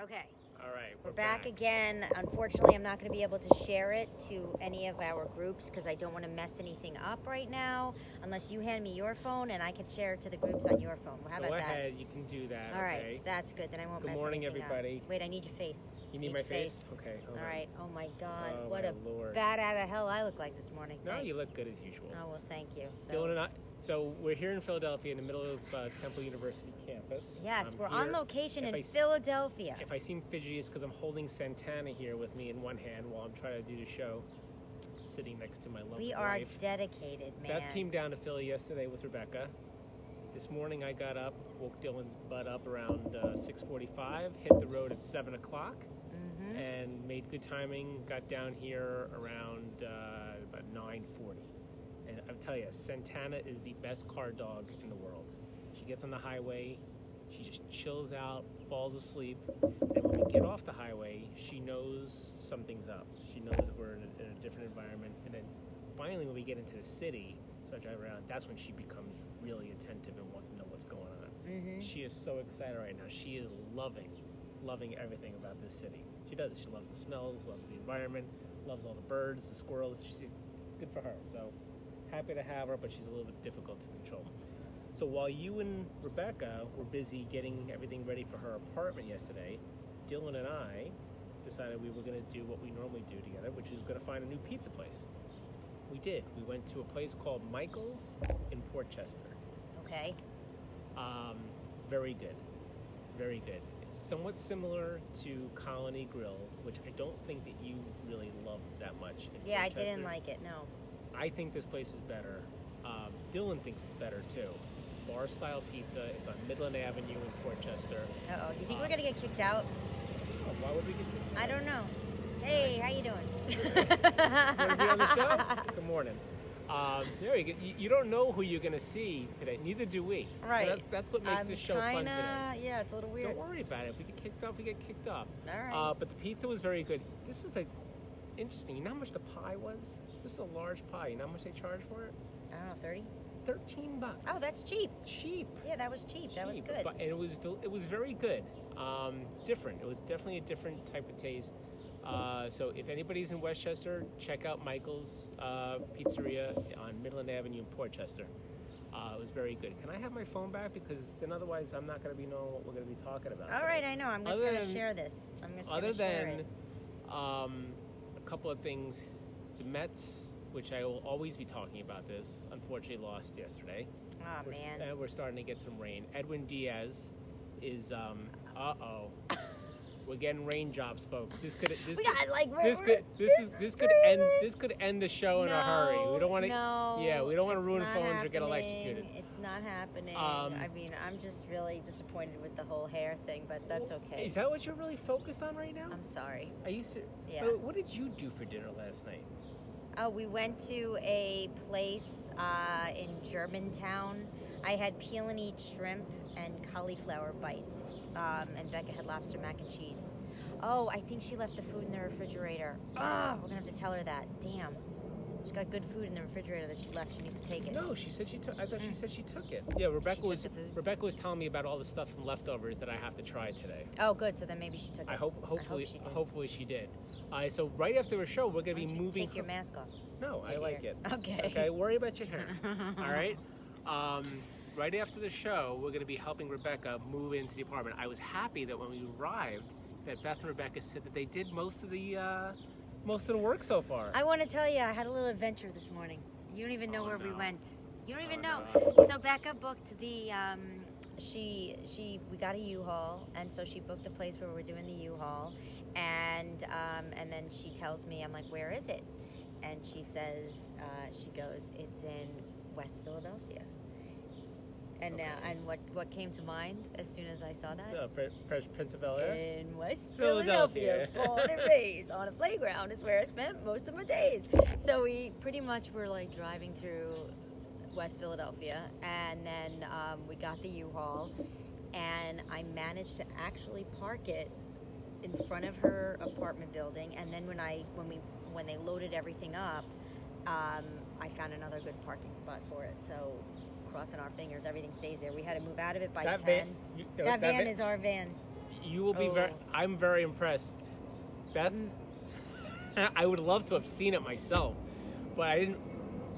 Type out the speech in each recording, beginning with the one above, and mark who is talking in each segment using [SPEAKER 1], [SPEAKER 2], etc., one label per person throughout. [SPEAKER 1] Okay,
[SPEAKER 2] All right,
[SPEAKER 1] we're back again. Unfortunately, I'm not going to be able to share it to any of our groups because I don't want to mess anything up right now unless you hand me your phone and I can share it to the groups on your phone. How about
[SPEAKER 2] Go
[SPEAKER 1] that?
[SPEAKER 2] ahead, you can do that.
[SPEAKER 1] All right,
[SPEAKER 2] okay?
[SPEAKER 1] that's good. Then I won't
[SPEAKER 2] Good
[SPEAKER 1] mess
[SPEAKER 2] morning,
[SPEAKER 1] anything up.
[SPEAKER 2] everybody.
[SPEAKER 1] Wait, I need your face.
[SPEAKER 2] You need
[SPEAKER 1] Need
[SPEAKER 2] my
[SPEAKER 1] your
[SPEAKER 2] face?
[SPEAKER 1] face.
[SPEAKER 2] Okay. hold
[SPEAKER 1] All
[SPEAKER 2] on.
[SPEAKER 1] right. Oh my God,
[SPEAKER 2] Oh,
[SPEAKER 1] what
[SPEAKER 2] my
[SPEAKER 1] a
[SPEAKER 2] Lord.
[SPEAKER 1] bat out of hell I look like this morning.
[SPEAKER 2] No,
[SPEAKER 1] Thanks.
[SPEAKER 2] you look good as usual.
[SPEAKER 1] Oh well, thank you.
[SPEAKER 2] Dylan
[SPEAKER 1] So,
[SPEAKER 2] and I. So we're here in Philadelphia, in the middle of uh, Temple University campus.
[SPEAKER 1] yes,
[SPEAKER 2] I'm
[SPEAKER 1] we're on
[SPEAKER 2] here.
[SPEAKER 1] location
[SPEAKER 2] If
[SPEAKER 1] in
[SPEAKER 2] I s-
[SPEAKER 1] Philadelphia.
[SPEAKER 2] If I seem fidgety, it's because I'm holding Santana here with me in one hand while I'm trying to do the show, sitting next to my lovely
[SPEAKER 1] We are
[SPEAKER 2] wife.
[SPEAKER 1] dedicated, man.
[SPEAKER 2] Beth came down to Philly yesterday with Rebecca. This morning I got up, woke Dylan's butt up around uh, 6:45, hit the road at 7 o'clock.
[SPEAKER 1] hmm
[SPEAKER 2] and made good timing. Got down here around uh, about 9:40, and I'll tell you, Santana is the best car dog in the world. She gets on the highway, she just chills out, falls asleep, and when we get off the highway, she knows something's up. She knows we're in a, in a different environment, and then finally, when we get into the city, so I drive around. That's when she becomes really attentive and wants to know what's going on.
[SPEAKER 1] hmm
[SPEAKER 2] She is so excited right now. She is loving, loving everything about this city. She does. She loves the smells, loves the environment, loves all the birds, the squirrels. She's good for her. So happy to have her, but she's a little bit difficult to control. So while you and Rebecca were busy getting everything ready for her apartment yesterday, Dylan and I decided we were going to do what we normally do together, which is going to find a new pizza place. We did. We went to a place called Michael's in Port Chester.
[SPEAKER 1] Okay.
[SPEAKER 2] Um, very good. Very good. It's somewhat similar to Colony Grill, which I don't think that you really loved that much. in
[SPEAKER 1] Yeah, I
[SPEAKER 2] Dorchester.
[SPEAKER 1] didn't like it. No.
[SPEAKER 2] I think this place is better. Um, Dylan thinks it's better too. Bar style pizza. It's on Midland Avenue in Port Chester.
[SPEAKER 1] Uh oh. Do you think we're gonna get kicked out?
[SPEAKER 2] Oh, why would we get
[SPEAKER 1] I don't know. Hey, how you doing?
[SPEAKER 2] Wanna be on the show? Good morning. Um, there you go. You, you don't know who you're going to see today. Neither do we. So
[SPEAKER 1] Right.
[SPEAKER 2] that's, that's what makes
[SPEAKER 1] I'm
[SPEAKER 2] this show fun today.
[SPEAKER 1] kinda- Yeah, it's a little weird.
[SPEAKER 2] Don't worry about it. If we get kicked off, we get kicked off.
[SPEAKER 1] All right.
[SPEAKER 2] Uh, but the pizza was very good. This is like interesting. You know how much the pie was? This is a large pie. You know how much they charge for it?
[SPEAKER 1] I don't know, thirty.
[SPEAKER 2] Thirteen bucks.
[SPEAKER 1] Oh, that's cheap.
[SPEAKER 2] cheap.
[SPEAKER 1] Yeah, that was cheap. That was
[SPEAKER 2] Cheap,
[SPEAKER 1] good.
[SPEAKER 2] But, and it was del- it was very good. Um, different. It was definitely a different type of taste. Uh, so if anybody's in Westchester, check out Michael's uh, Pizzeria on Midland Avenue in Portchester. Uh, it was very good. Can I have my phone back because then otherwise I'm not going to be knowing what we're going to be talking about.
[SPEAKER 1] All
[SPEAKER 2] today.
[SPEAKER 1] right, I know. I'm just
[SPEAKER 2] Other
[SPEAKER 1] gonna
[SPEAKER 2] than-
[SPEAKER 1] share this. I'm just
[SPEAKER 2] other
[SPEAKER 1] gonna share
[SPEAKER 2] than
[SPEAKER 1] it.
[SPEAKER 2] um, a couple of things, the Mets, which I will always be talking about this, unfortunately lost yesterday.
[SPEAKER 1] Oh
[SPEAKER 2] we're,
[SPEAKER 1] man.
[SPEAKER 2] uh, we're starting to get some rain. Edwin Diaz is, um, uh oh, we're getting raindrops, folks. This could this
[SPEAKER 1] we
[SPEAKER 2] could,
[SPEAKER 1] got like
[SPEAKER 2] this
[SPEAKER 1] we're-
[SPEAKER 2] could this is this could end this could end the show in a hurry. We
[SPEAKER 1] No,
[SPEAKER 2] don't want to.
[SPEAKER 1] No,
[SPEAKER 2] yeah, we don't wanna
[SPEAKER 1] it's
[SPEAKER 2] ruin
[SPEAKER 1] not
[SPEAKER 2] phones or
[SPEAKER 1] happening.
[SPEAKER 2] get electrocuted.
[SPEAKER 1] It's not happening.
[SPEAKER 2] Um,
[SPEAKER 1] I mean, I'm just really disappointed with the whole hair thing, but that's okay.
[SPEAKER 2] Is that what you're really focused on right now?
[SPEAKER 1] I'm sorry.
[SPEAKER 2] Are you ser-
[SPEAKER 1] Yeah.
[SPEAKER 2] Wait, What did you do for dinner last night?
[SPEAKER 1] Oh, we went to a place uh, in Germantown. I had peel and eat shrimp and cauliflower bites, um, and Becca had lobster mac and cheese. Oh, I think she left the food in the refrigerator. Ah, we're gonna have to tell her that. Damn, she's got good food in the refrigerator that she left. She needs to take it.
[SPEAKER 2] No, she said she took. I thought she
[SPEAKER 1] Mm.
[SPEAKER 2] said she took it. Yeah, Rebecca
[SPEAKER 1] took
[SPEAKER 2] was
[SPEAKER 1] the food.
[SPEAKER 2] Rebecca was telling me about all the stuff from leftovers that I have to try today.
[SPEAKER 1] Oh, good. So then maybe she took it.
[SPEAKER 2] I hope hopefully
[SPEAKER 1] she did.
[SPEAKER 2] hopefully she did. Uh, so right after her show, we're gonna
[SPEAKER 1] Why
[SPEAKER 2] be
[SPEAKER 1] don't you
[SPEAKER 2] moving.
[SPEAKER 1] Take your mask off.
[SPEAKER 2] no, I
[SPEAKER 1] Your
[SPEAKER 2] like
[SPEAKER 1] ear.
[SPEAKER 2] it.
[SPEAKER 1] Okay.
[SPEAKER 2] Okay, worry about your hair.
[SPEAKER 1] All
[SPEAKER 2] all right. Um, right after the show, we're gonna be helping Rebecca move into the apartment. I was happy that when we arrived, that Beth and Rebecca said that they did most of the uh, most of the work so far.
[SPEAKER 1] I want to tell you, I had a little adventure this morning. You don't even know
[SPEAKER 2] Oh,
[SPEAKER 1] where we
[SPEAKER 2] no.
[SPEAKER 1] went. You don't even
[SPEAKER 2] Oh,
[SPEAKER 1] know.
[SPEAKER 2] no.
[SPEAKER 1] So Becca booked the. Um, she she we got a U-Haul, and so she booked the place where we're doing the U-Haul, and um, and then she tells me, I'm like, where is it? And she says, uh, she goes, it's in West Philadelphia.
[SPEAKER 3] And
[SPEAKER 2] Okay.
[SPEAKER 3] now, and what what came to mind as soon as I saw that?
[SPEAKER 2] Uh, Pr- Pr- Prince of Bel Air.
[SPEAKER 3] In West
[SPEAKER 2] Philadelphia.
[SPEAKER 3] Philadelphia, born and raised on a playground is where I spent most of my days. So we pretty much were like driving through West Philadelphia, and then um, we got the U-Haul, and I managed to actually park it in front of her apartment building. And then when I when we when they loaded everything up, um, I found another good parking spot for it. So crossing our fingers, everything stays there. We had to move out of it by
[SPEAKER 2] that
[SPEAKER 3] ten.
[SPEAKER 2] van, you, no,
[SPEAKER 3] that, van is our van.
[SPEAKER 2] You will be
[SPEAKER 3] Oh.
[SPEAKER 2] very. I'm very impressed, Beth. I would love to have seen it myself, but I didn't.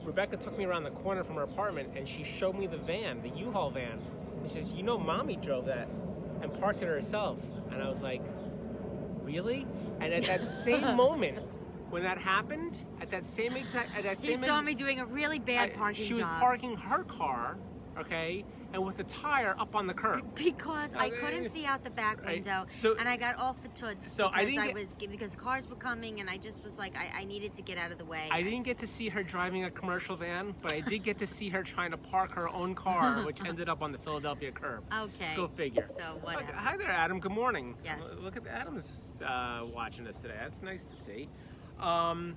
[SPEAKER 2] Rebecca took me around the corner from her apartment and she showed me the van, the U-Haul van. And she says, "You know, mommy drove that and parked it herself." And I was like, "Really?" And at that same moment, when that happened, at that same exact, at that
[SPEAKER 1] He
[SPEAKER 2] same
[SPEAKER 1] saw
[SPEAKER 2] ex-
[SPEAKER 1] me doing a really bad
[SPEAKER 2] I-
[SPEAKER 1] parking
[SPEAKER 2] she was
[SPEAKER 1] job.
[SPEAKER 2] parking her car, okay, and with the tire up on the curb.
[SPEAKER 1] because I
[SPEAKER 2] Okay.
[SPEAKER 1] couldn't see out the back
[SPEAKER 2] Right.
[SPEAKER 1] window,
[SPEAKER 2] So
[SPEAKER 1] and I got off the toots
[SPEAKER 2] So I
[SPEAKER 1] because
[SPEAKER 2] didn't
[SPEAKER 1] I
[SPEAKER 2] get-
[SPEAKER 1] was because the cars were coming, and I just was like, I, I needed to get out of the way.
[SPEAKER 2] I didn't get to see her driving a commercial van, but I did get to see her trying to park her own car, which ended up on the Philadelphia curb.
[SPEAKER 1] Okay.
[SPEAKER 2] Go figure.
[SPEAKER 1] So
[SPEAKER 2] Okay,
[SPEAKER 1] whatever.
[SPEAKER 2] Hi there, Adam. Good morning.
[SPEAKER 1] Yes.
[SPEAKER 2] L- Look at Adam's uh, watching us today. That's nice to see. Um,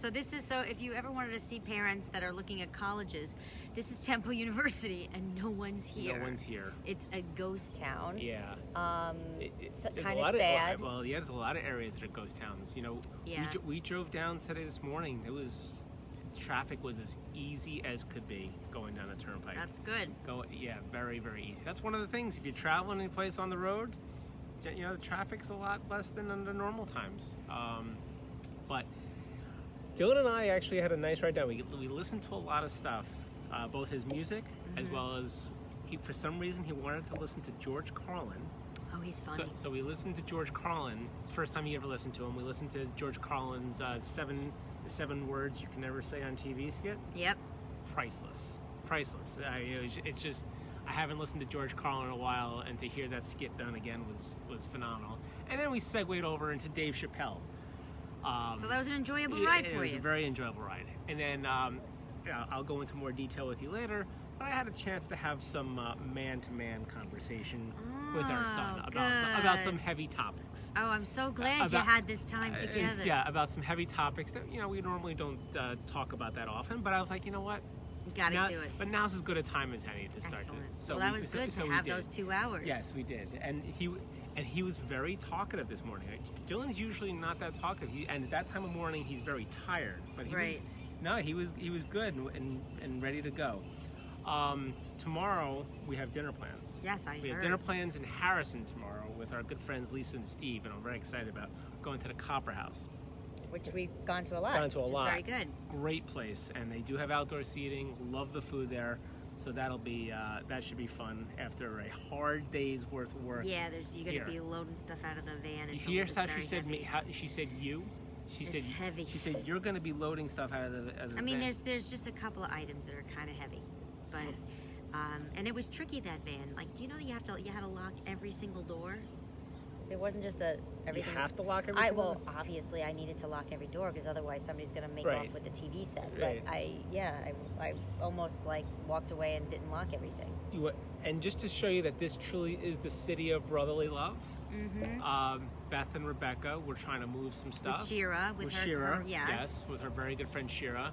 [SPEAKER 1] So this is so if you ever wanted to see parents that are looking at colleges, this is Temple University, and no one's here.
[SPEAKER 2] No one's here.
[SPEAKER 1] It's a ghost.
[SPEAKER 3] ghost town.
[SPEAKER 2] Yeah.
[SPEAKER 3] Um,
[SPEAKER 2] It- it-
[SPEAKER 3] so-
[SPEAKER 2] there's a
[SPEAKER 3] kinda
[SPEAKER 2] lot of-
[SPEAKER 3] sad.
[SPEAKER 2] well, yeah, there's a lot of areas that are ghost towns. You know,
[SPEAKER 1] Yeah.
[SPEAKER 2] we, dro- we drove down today this morning. It was traffic was as easy as could be going down the turnpike.
[SPEAKER 1] That's good.
[SPEAKER 2] Go, yeah, very, very easy. That's one of the things. If you're traveling any place on the road, j- you know, the traffic's a lot less than under normal times. Um, but Dylan and I actually had a nice ride down. We, we listened to a lot of stuff, uh, both his music as
[SPEAKER 1] Mhm.
[SPEAKER 2] well as he, for some reason, he wanted to listen to George Carlin.
[SPEAKER 1] Oh, he's
[SPEAKER 2] So,
[SPEAKER 1] funny.
[SPEAKER 2] so we listened to George Carlin. It's the first time you ever listened to him. We listened to George Carlin's uh, seven the seven words you can never say on TV skit
[SPEAKER 1] yep.
[SPEAKER 2] priceless, priceless. I, it was, it's just I haven't listened to George Carlin in a while, and to hear that skit done again was was phenomenal. And then we segued over into Dave Chappelle. Um,
[SPEAKER 1] So that was an enjoyable
[SPEAKER 2] yeah,
[SPEAKER 1] ride
[SPEAKER 2] it
[SPEAKER 1] for
[SPEAKER 2] was
[SPEAKER 1] you.
[SPEAKER 2] a very enjoyable ride. And then um, yeah, I'll go into more detail with you later. But I had a chance to have some uh, man-to-man conversation with our son
[SPEAKER 1] Oh,
[SPEAKER 2] about some, about
[SPEAKER 1] good.
[SPEAKER 2] some heavy topics.
[SPEAKER 1] Oh, I'm so glad
[SPEAKER 2] about-
[SPEAKER 1] you had this time
[SPEAKER 2] Uh, it's-
[SPEAKER 1] together.
[SPEAKER 2] yeah, about some heavy topics that you know we normally don't uh, talk about that often. But I was like, you know what?
[SPEAKER 1] You gotta
[SPEAKER 2] Now-
[SPEAKER 1] do it.
[SPEAKER 2] But now's as good a time as any to start.
[SPEAKER 1] Excellent.
[SPEAKER 2] To,
[SPEAKER 1] well, that
[SPEAKER 2] we-
[SPEAKER 1] was good
[SPEAKER 2] so
[SPEAKER 1] to
[SPEAKER 2] we
[SPEAKER 1] have
[SPEAKER 2] did.
[SPEAKER 1] those two hours.
[SPEAKER 2] Yes, we did, and he and he was very talkative this morning. Like, Dylan's usually not that talkative, he, and at that time of morning he's very tired. But he
[SPEAKER 1] Right.
[SPEAKER 2] was, no, he was he was good and and, and ready to go. Um, tomorrow we have dinner plans.
[SPEAKER 1] Yes, I
[SPEAKER 2] We have
[SPEAKER 1] heard.
[SPEAKER 2] dinner plans in Harrison tomorrow with our good friends Lisa and Steve, and I'm very excited about going to the Copper House.
[SPEAKER 3] which we've gone to a lot.
[SPEAKER 2] Gone to a
[SPEAKER 1] which
[SPEAKER 2] lot
[SPEAKER 1] is very good.
[SPEAKER 2] great place, and they do have outdoor seating. Love the food there, so that'll be uh, that should be fun after a hard day's worth of work.
[SPEAKER 1] Yeah, there's you gotta
[SPEAKER 2] Here.
[SPEAKER 1] be loading stuff out of the van.
[SPEAKER 2] You
[SPEAKER 1] It's
[SPEAKER 2] hear
[SPEAKER 1] it's
[SPEAKER 2] how she
[SPEAKER 1] very
[SPEAKER 2] said
[SPEAKER 1] heavy.
[SPEAKER 2] me? How, she said you. She
[SPEAKER 1] It's
[SPEAKER 2] said
[SPEAKER 1] heavy.
[SPEAKER 2] she said you're going to be loading stuff out of the. Out of the
[SPEAKER 1] I mean,
[SPEAKER 2] van."
[SPEAKER 1] there's there's just a couple of items that are kind of heavy, but
[SPEAKER 2] Oh.
[SPEAKER 1] um, and it was tricky that van. Like, do you know you have to you had to lock every single door?
[SPEAKER 3] It wasn't just a everything.
[SPEAKER 2] You have to lock everything.
[SPEAKER 3] I well, obviously, I needed to lock every door because otherwise somebody's gonna make
[SPEAKER 2] Right.
[SPEAKER 3] off with the TV set.
[SPEAKER 2] Right.
[SPEAKER 3] But I, yeah, I, I almost like walked away and didn't lock everything.
[SPEAKER 2] You- and just to show you that this truly is the city of brotherly love.
[SPEAKER 1] Mm-hmm.
[SPEAKER 2] Um, Beth and Rebecca were trying to move some stuff.
[SPEAKER 1] With Shira, with, her,
[SPEAKER 2] Shira,
[SPEAKER 1] her- yes.
[SPEAKER 2] with her very good friend Shira,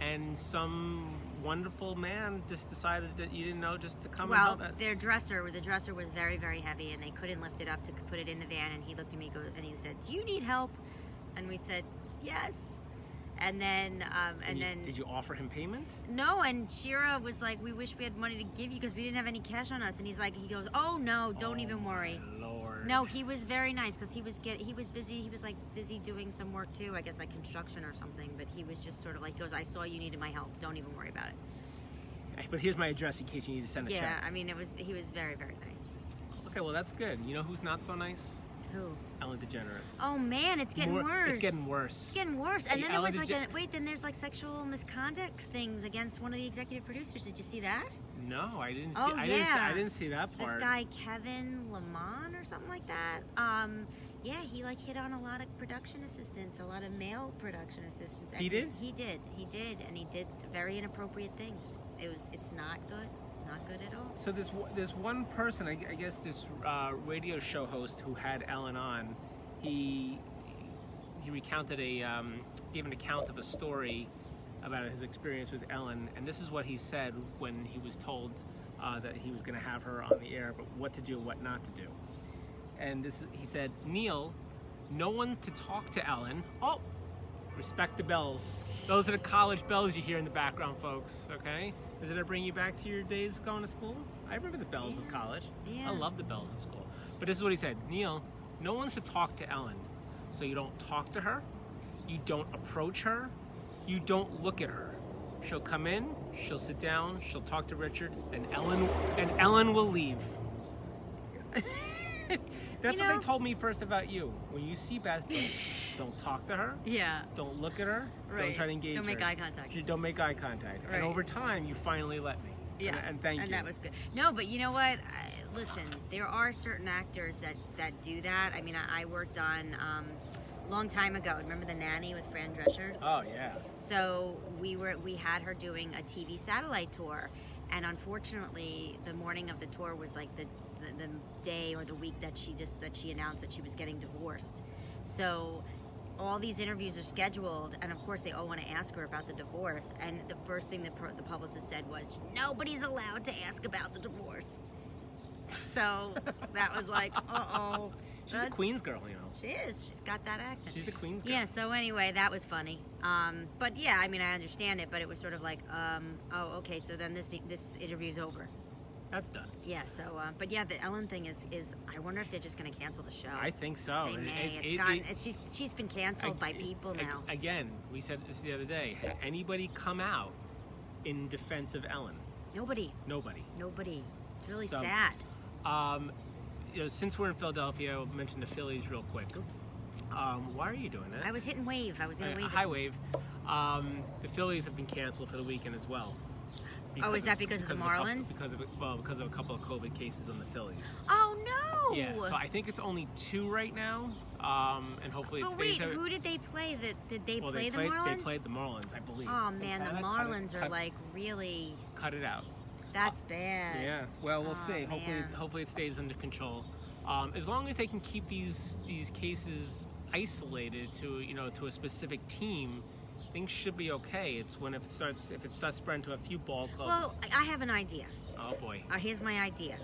[SPEAKER 2] and some wonderful man just decided that you didn't know just to come
[SPEAKER 1] Well,
[SPEAKER 2] and help.
[SPEAKER 1] their dresser, the dresser was very, very heavy, and they couldn't lift it up to put it in the van. And he looked at me, go, and he said, "Do you need help?" And we said, "Yes." And then, um, and,
[SPEAKER 2] you-
[SPEAKER 1] then,
[SPEAKER 2] did you offer him payment?
[SPEAKER 1] No, and Shira was like, "We wish we had money to give you because we didn't have any cash on us." And he's like, he goes, "Oh no, don't
[SPEAKER 2] Oh,
[SPEAKER 1] even
[SPEAKER 2] my
[SPEAKER 1] worry."
[SPEAKER 2] Lord.
[SPEAKER 1] No, he was very nice because he was get he was busy. He was like busy doing some work too, I guess like construction or something. But he was just sort of like, "Goes, I saw you needed my help. Don't even worry about it."
[SPEAKER 2] But here's my address in case you need to send a
[SPEAKER 1] Yeah,
[SPEAKER 2] check.
[SPEAKER 1] I mean, it was he was very very nice.
[SPEAKER 2] Okay, well that's good. You know who's not so nice?
[SPEAKER 1] Who?
[SPEAKER 2] Ellen DeGeneres.
[SPEAKER 1] Oh man, it's getting
[SPEAKER 2] More-
[SPEAKER 1] worse.
[SPEAKER 2] It's getting worse.
[SPEAKER 1] It's getting worse. And
[SPEAKER 2] Hey,
[SPEAKER 1] then there
[SPEAKER 2] Ellen,
[SPEAKER 1] was
[SPEAKER 2] did
[SPEAKER 1] like
[SPEAKER 2] you-
[SPEAKER 1] a wait. Then there's like sexual misconduct things against one of the executive producers. Did you see that?
[SPEAKER 2] no, I didn't see.
[SPEAKER 1] Oh,
[SPEAKER 2] I didn't. see- I
[SPEAKER 1] yeah.
[SPEAKER 2] didn't see that
[SPEAKER 1] this
[SPEAKER 2] part.
[SPEAKER 1] guy Kevin Lamont or something like that. Um, yeah, he like hit on a lot of production assistants, a lot of male production assistants. and
[SPEAKER 2] He did?
[SPEAKER 1] He did. He did, and he did very inappropriate things. It was. It's not good. Not not good at all.
[SPEAKER 2] So this w- this one person, I, I guess this uh, radio show host who had Ellen on, he he recounted a um, gave an account of a story about his experience with Ellen, and this is what he said when he was told uh, that he was going to have her on the air, but what to do, what not to do. And this he said, Neil, no one to talk to Ellen. Oh, respect the bells. Those are the college bells you hear in the background, folks. Okay. Does it ever bring you back to your days going to school? I remember the bells of
[SPEAKER 1] Yeah.
[SPEAKER 2] college.
[SPEAKER 1] Yeah.
[SPEAKER 2] I love the bells in school. But this is what he said Neil, no one's to talk to Ellen. So you don't talk to her, you don't approach her, you don't look at her. She'll come in, she'll sit down, she'll talk to Richard, and Ellen and Ellen will leave. That's
[SPEAKER 1] You
[SPEAKER 2] what
[SPEAKER 1] know-
[SPEAKER 2] they told me first about you. When you see Beth, don't, don't talk to her,
[SPEAKER 1] Yeah.
[SPEAKER 2] don't look at her, don't
[SPEAKER 1] Right.
[SPEAKER 2] try to engage
[SPEAKER 1] Don't
[SPEAKER 2] her.
[SPEAKER 1] make eye contact.
[SPEAKER 2] You don't make eye contact.
[SPEAKER 1] Right.
[SPEAKER 2] And over time, you finally let me.
[SPEAKER 1] Yeah.
[SPEAKER 2] And, and thank
[SPEAKER 1] and
[SPEAKER 2] you.
[SPEAKER 1] that was good. No, but you know what? I, listen, there are certain actors that that do that. I mean, I, I worked on um, a long time ago. Remember the nanny with Fran Drescher?
[SPEAKER 2] oh yeah.
[SPEAKER 1] So we were we had her doing a TV satellite tour, and unfortunately, the morning of the tour was like the the, the day or the week that she just that she announced that she was getting divorced. So all these interviews are scheduled, and of course, they all want to ask her about the divorce. And the first thing that pro- the publicist said was, "Nobody's allowed to ask about the divorce." So that was like, uh oh.
[SPEAKER 2] She's a
[SPEAKER 1] That's-
[SPEAKER 2] Queens girl, you know.
[SPEAKER 1] She is. She's got that accent.
[SPEAKER 2] She's a Queens girl.
[SPEAKER 1] Yeah, so anyway, that was funny. Um, but yeah, I mean, I understand it, but it was sort of like, um, oh, okay, so then this this interview's over.
[SPEAKER 2] That's done.
[SPEAKER 1] Yeah, so, uh, but yeah, the Ellen thing is, is I wonder if they're just going to cancel the show.
[SPEAKER 2] I think
[SPEAKER 1] Oh.
[SPEAKER 2] so.
[SPEAKER 1] they
[SPEAKER 2] It-
[SPEAKER 1] may.
[SPEAKER 2] it-
[SPEAKER 1] It's
[SPEAKER 2] it-
[SPEAKER 1] gotten,
[SPEAKER 2] it-
[SPEAKER 1] it's, she's, she's been canceled
[SPEAKER 2] ag-
[SPEAKER 1] by people
[SPEAKER 2] ag-
[SPEAKER 1] now.
[SPEAKER 2] Again, we said this the other day. Has anybody come out in defense of Ellen?
[SPEAKER 1] Nobody,
[SPEAKER 2] Nobody.
[SPEAKER 1] nobody. It's really
[SPEAKER 2] So-
[SPEAKER 1] sad.
[SPEAKER 2] Um, you know, since we're in Philadelphia, I'll mention the Phillies real quick.
[SPEAKER 1] Oops.
[SPEAKER 2] Um, why are you doing that?
[SPEAKER 1] I was hitting wave. I was going
[SPEAKER 2] Uh,
[SPEAKER 1] to wave.
[SPEAKER 2] high
[SPEAKER 1] it.
[SPEAKER 2] wave. Um, the Phillies have been canceled for the weekend as well.
[SPEAKER 1] Oh, is that because of the
[SPEAKER 2] couple-
[SPEAKER 1] Marlins?
[SPEAKER 2] because of well, because of a couple of COVID cases on the Phillies.
[SPEAKER 1] Oh, no!
[SPEAKER 2] Yeah. So I think it's only two right now, um, and hopefully it
[SPEAKER 1] but
[SPEAKER 2] stays
[SPEAKER 1] wait,
[SPEAKER 2] that-
[SPEAKER 1] who did they play? That Did they
[SPEAKER 2] well,
[SPEAKER 1] play
[SPEAKER 2] they
[SPEAKER 1] the
[SPEAKER 2] played.
[SPEAKER 1] Marlins?
[SPEAKER 2] They played the Marlins, I believe.
[SPEAKER 1] oh, man, the
[SPEAKER 2] Cut it-
[SPEAKER 1] Marlins
[SPEAKER 2] cut
[SPEAKER 1] are
[SPEAKER 2] it-
[SPEAKER 1] like really.
[SPEAKER 2] cut it out.
[SPEAKER 1] That's bad.
[SPEAKER 2] Yeah. Well, we'll
[SPEAKER 1] Aw,
[SPEAKER 2] see. Hopefully,
[SPEAKER 1] man.
[SPEAKER 2] hopefully it stays under control. Um, as long as they can keep these these cases isolated to you know to a specific team, things should be okay. It's when if it starts if it starts spreading to a few ball clubs.
[SPEAKER 1] Well, I- I have an idea.
[SPEAKER 2] oh boy.
[SPEAKER 1] Uh, here's my idea.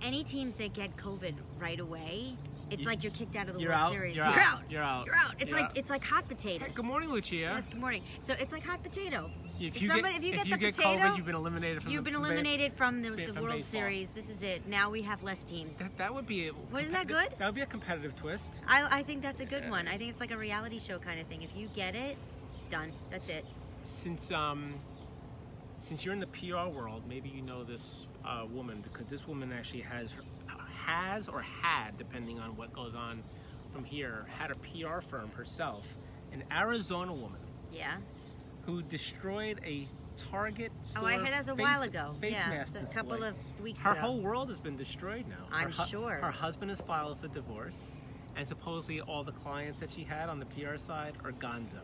[SPEAKER 1] Any teams that get COVID right away, it's
[SPEAKER 2] You-
[SPEAKER 1] like you're kicked out of the
[SPEAKER 2] You're
[SPEAKER 1] World
[SPEAKER 2] out,
[SPEAKER 1] Series.
[SPEAKER 2] you're
[SPEAKER 1] you're
[SPEAKER 2] out,
[SPEAKER 1] out.
[SPEAKER 2] you're out,
[SPEAKER 1] You're out. It's
[SPEAKER 2] you're
[SPEAKER 1] like
[SPEAKER 2] out.
[SPEAKER 1] it's like hot potato.
[SPEAKER 2] Hey, good morning, Lucia.
[SPEAKER 1] Yes. Good morning. So it's like hot potato.
[SPEAKER 2] If
[SPEAKER 1] If
[SPEAKER 2] you
[SPEAKER 1] somebody-
[SPEAKER 2] get
[SPEAKER 1] if you get
[SPEAKER 2] you
[SPEAKER 1] the
[SPEAKER 2] get
[SPEAKER 1] potato,
[SPEAKER 2] COVID, you've been eliminated from
[SPEAKER 1] You've
[SPEAKER 2] the
[SPEAKER 1] been
[SPEAKER 2] from ba-
[SPEAKER 1] eliminated from the,
[SPEAKER 2] ba-
[SPEAKER 1] the
[SPEAKER 2] from
[SPEAKER 1] World
[SPEAKER 2] baseball.
[SPEAKER 1] Series. This is it. Now we have less teams.
[SPEAKER 2] That, that would be.
[SPEAKER 1] Wasn't that good?
[SPEAKER 2] That would be a competitive twist.
[SPEAKER 1] I, I think that's a good
[SPEAKER 2] Yeah.
[SPEAKER 1] one. I think it's like a reality show kind of thing. If you get it, done. That's it.
[SPEAKER 2] Since um, since you're in the PR world, maybe you know this uh, woman because this woman actually has her, has or had, depending on what goes on from here, had a PR firm herself, an Arizona woman
[SPEAKER 1] Yeah.
[SPEAKER 2] who destroyed a Target store.
[SPEAKER 1] oh, I heard that was a
[SPEAKER 2] face-
[SPEAKER 1] while ago.
[SPEAKER 2] Face
[SPEAKER 1] yeah,
[SPEAKER 2] mask
[SPEAKER 1] so a
[SPEAKER 2] display.
[SPEAKER 1] couple of weeks
[SPEAKER 2] Her
[SPEAKER 1] ago.
[SPEAKER 2] whole world has been destroyed now.
[SPEAKER 1] I'm
[SPEAKER 2] her hu-
[SPEAKER 1] sure.
[SPEAKER 2] Her husband has filed for divorce, and supposedly all the clients that she had on the PR side are gonzo.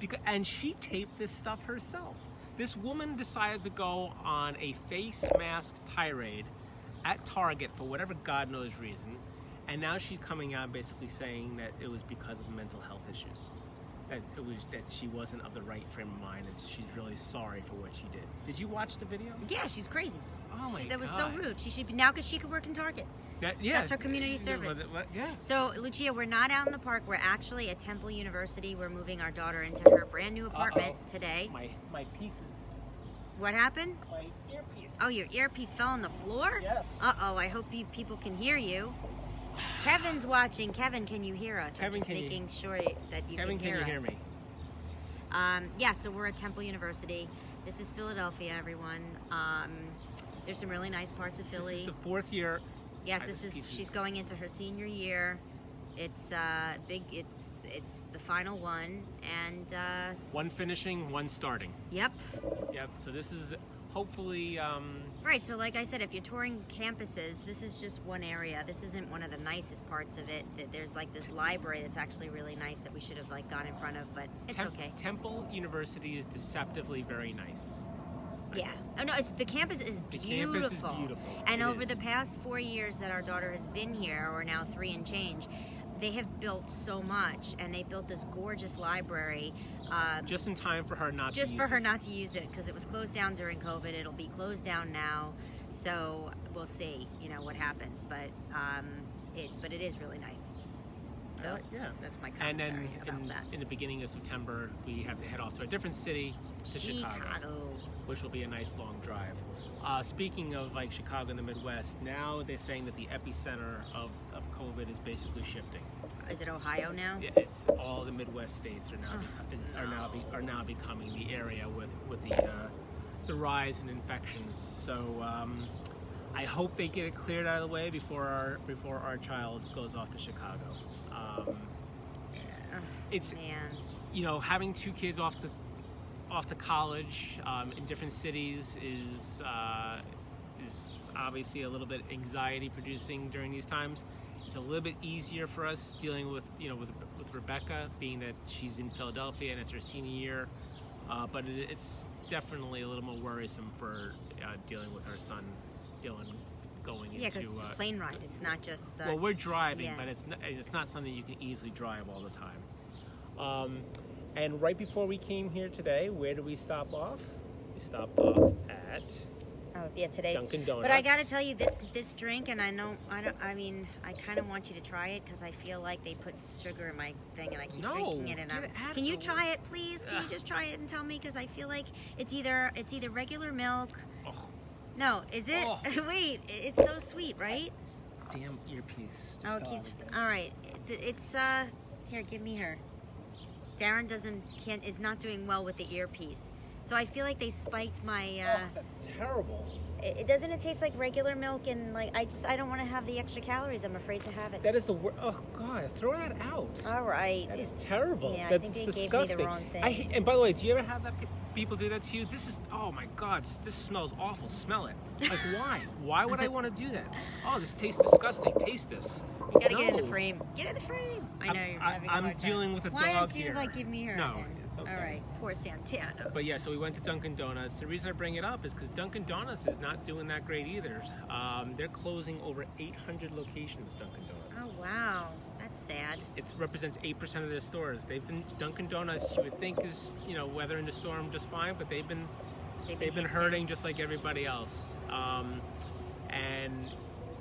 [SPEAKER 2] Because, and she taped this stuff herself. This woman decided to go on a face mask tirade at Target for whatever God knows reason, and now she's coming out basically saying that it was because of mental health issues. That it was that she wasn't of the right frame of mind, and she's really sorry for what she did. Did you watch the video?
[SPEAKER 1] yeah, she's crazy.
[SPEAKER 2] Oh my
[SPEAKER 1] she, that was
[SPEAKER 2] God.
[SPEAKER 1] so rude. She should be now because she could work in Target.
[SPEAKER 2] That, yeah,
[SPEAKER 1] That's our community
[SPEAKER 2] yeah,
[SPEAKER 1] service.
[SPEAKER 2] but- but- yeah.
[SPEAKER 1] So, Lucia, we're not out in the park. We're actually at Temple University. We're moving our daughter into her brand new apartment today.
[SPEAKER 2] My my pieces,
[SPEAKER 1] What happened?
[SPEAKER 2] my earpiece.
[SPEAKER 1] Oh, your earpiece fell on the floor?
[SPEAKER 2] Yes.
[SPEAKER 1] Uh oh, I hope you people can hear you. Kevin's watching. Kevin, can you hear us?
[SPEAKER 2] Kevin,
[SPEAKER 1] I'm just
[SPEAKER 2] can you-
[SPEAKER 1] making sure that you
[SPEAKER 2] Kevin,
[SPEAKER 1] can hear
[SPEAKER 2] you
[SPEAKER 1] us.
[SPEAKER 2] hear me?
[SPEAKER 1] Um, yeah, so we're at Temple University. This is Philadelphia, everyone. Um, there's some really nice parts of Philly.
[SPEAKER 2] This is the fourth year.
[SPEAKER 1] Yes,
[SPEAKER 2] I
[SPEAKER 1] this
[SPEAKER 2] just
[SPEAKER 1] is
[SPEAKER 2] keep-
[SPEAKER 1] she's going into her senior year. It's uh big it's it's the final one and uh
[SPEAKER 2] One finishing, one starting.
[SPEAKER 1] yep.
[SPEAKER 2] Yep. So this is hopefully. Um,
[SPEAKER 1] Right, so like I said, if you're touring campuses, this is just one area. This isn't one of the nicest parts of it. Th- There's like this library that's actually really nice that we should have like gone in front of, but it's
[SPEAKER 2] Tem-
[SPEAKER 1] okay.
[SPEAKER 2] Temple University is deceptively very nice. I
[SPEAKER 1] Yeah. Oh no, it's the campus is
[SPEAKER 2] The
[SPEAKER 1] beautiful.
[SPEAKER 2] campus is beautiful.
[SPEAKER 1] And
[SPEAKER 2] It
[SPEAKER 1] over
[SPEAKER 2] is.
[SPEAKER 1] the past four years that our daughter has been here, or now three and change, they have built so much, and they built this gorgeous library. Um,
[SPEAKER 2] just in time for her not. to
[SPEAKER 1] just for
[SPEAKER 2] use
[SPEAKER 1] her
[SPEAKER 2] it.
[SPEAKER 1] not to use it because it was closed down during COVID. It'll be closed down now, so we'll see. You know what happens, but um, it but it is really nice. So
[SPEAKER 2] Alright, yeah.
[SPEAKER 1] that's my
[SPEAKER 2] And
[SPEAKER 1] commentary
[SPEAKER 2] then
[SPEAKER 1] about
[SPEAKER 2] in,
[SPEAKER 1] that.
[SPEAKER 2] in the beginning of September, we have to head off to a different city, to Chicago,
[SPEAKER 1] Chicago.
[SPEAKER 2] which will be a nice long drive. Uh, speaking of like Chicago and the Midwest, now they're saying that the epicenter of, of COVID is basically shifting.
[SPEAKER 1] Oh, Is it Ohio now?
[SPEAKER 2] Yeah, It's all the Midwest states are now
[SPEAKER 1] Ugh,
[SPEAKER 2] is- are now be,
[SPEAKER 1] no.
[SPEAKER 2] are now becoming the area with with the uh, the rise in infections. So um, I hope they get it cleared out of the way before our before our child goes off to Chicago. Um,
[SPEAKER 1] Ugh,
[SPEAKER 2] it's
[SPEAKER 1] man.
[SPEAKER 2] you know having two kids off to off to college um, in different cities is uh, is obviously a little bit anxiety producing during these times. It's a little bit easier for us dealing with you know with with Rebecca being that she's in Philadelphia and it's her senior year, uh, but it, it's definitely a little more worrisome for uh, dealing with our son Dylan going
[SPEAKER 1] Yeah, because
[SPEAKER 2] into.
[SPEAKER 1] it's
[SPEAKER 2] uh,
[SPEAKER 1] a plane ride. It's not just. Uh,
[SPEAKER 2] well, we're driving,
[SPEAKER 1] yeah.
[SPEAKER 2] but it's not, it's not something you can easily drive all the time. Um, and right before we came here today, where did we stop off? We stopped off at
[SPEAKER 3] Oh yeah, today's.
[SPEAKER 2] Dunkin' Donuts.
[SPEAKER 1] But I gotta tell you, this this drink, and I know I don't. I mean, I kind of want you to try it because I feel like they put sugar in my thing, and I keep
[SPEAKER 2] No,
[SPEAKER 1] drinking it. And
[SPEAKER 2] get
[SPEAKER 1] I'm.
[SPEAKER 2] it out
[SPEAKER 1] Can
[SPEAKER 2] of
[SPEAKER 1] you
[SPEAKER 2] the
[SPEAKER 1] try it, please? Can
[SPEAKER 2] Ugh.
[SPEAKER 1] you just try it and tell me? Because I feel like it's either it's either regular milk.
[SPEAKER 2] Oh,
[SPEAKER 1] No, is it?
[SPEAKER 2] Oh.
[SPEAKER 1] Wait, i- it's so sweet, right?
[SPEAKER 2] damn earpiece. Just
[SPEAKER 1] Oh, it
[SPEAKER 2] got
[SPEAKER 1] keeps.
[SPEAKER 2] out of it.
[SPEAKER 1] All right, It- it's uh. Here, give me her. Darren doesn't can is not doing well with the earpiece, so I feel like they spiked my. Uh,
[SPEAKER 2] Oh, that's terrible.
[SPEAKER 1] It, it- doesn't it taste like regular milk and like I just I don't want to have the extra calories. I'm afraid to have it.
[SPEAKER 2] That is the wor- oh god, throw that out.
[SPEAKER 1] All right.
[SPEAKER 2] That is terrible.
[SPEAKER 1] Yeah, I
[SPEAKER 2] that's
[SPEAKER 1] think they gave me
[SPEAKER 2] disgusting.
[SPEAKER 1] the wrong thing.
[SPEAKER 2] I hate- and by the way, do you ever have that pe- people do that to you? This is oh my god, s- this smells awful. Smell it. Like why? why would I want to do that? Oh, this tastes disgusting. Taste this.
[SPEAKER 1] You gotta get in
[SPEAKER 2] No.
[SPEAKER 1] the frame. Get in the frame. I
[SPEAKER 2] I'm-
[SPEAKER 1] know you're
[SPEAKER 2] I-
[SPEAKER 1] having a
[SPEAKER 2] I'm
[SPEAKER 1] hard time.
[SPEAKER 2] dealing with a
[SPEAKER 1] Why
[SPEAKER 2] dog
[SPEAKER 1] don't you
[SPEAKER 2] here.
[SPEAKER 1] like give me her?
[SPEAKER 2] No,
[SPEAKER 1] then?
[SPEAKER 2] it's okay.
[SPEAKER 1] All right. Poor Santana.
[SPEAKER 2] But yeah, so we went to Dunkin' Donuts. The reason I bring it up is because Dunkin' Donuts is not doing that great either. Um, they're closing over 800 locations. Dunkin'
[SPEAKER 1] Oh
[SPEAKER 2] Donuts.
[SPEAKER 1] wow, that's sad.
[SPEAKER 2] It represents 8% of their stores. They've been Dunkin' Donuts. You would think is you know weathering the storm just fine, but they've been
[SPEAKER 1] They've
[SPEAKER 2] they've been
[SPEAKER 1] hit
[SPEAKER 2] hurting just like everybody else. Um, and